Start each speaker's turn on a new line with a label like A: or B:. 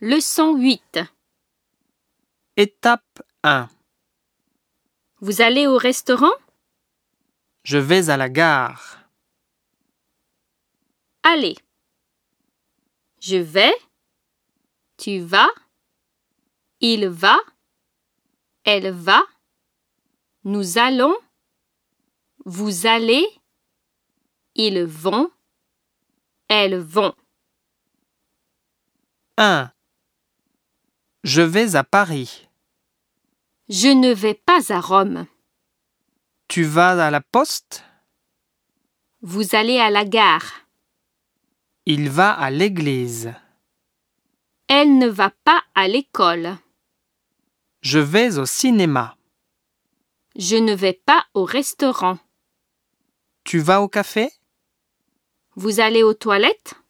A: Leçon 8.
B: Étape 1.
A: Vous allez au restaurant
B: Je vais à la gare.
A: Allez. Je vais. Tu vas. Il va. Elle va. Nous allons. Vous allez. Ils vont. Elles vont.
B: 1. Je vais à Paris.
A: Je ne vais pas à Rome.
B: Tu vas à la poste
A: Vous allez à la gare.
B: Il va à l'église.
A: Elle ne va pas à l'école.
B: Je vais au cinéma.
A: Je ne vais pas au restaurant.
B: Tu vas au café
A: Vous allez aux toilettes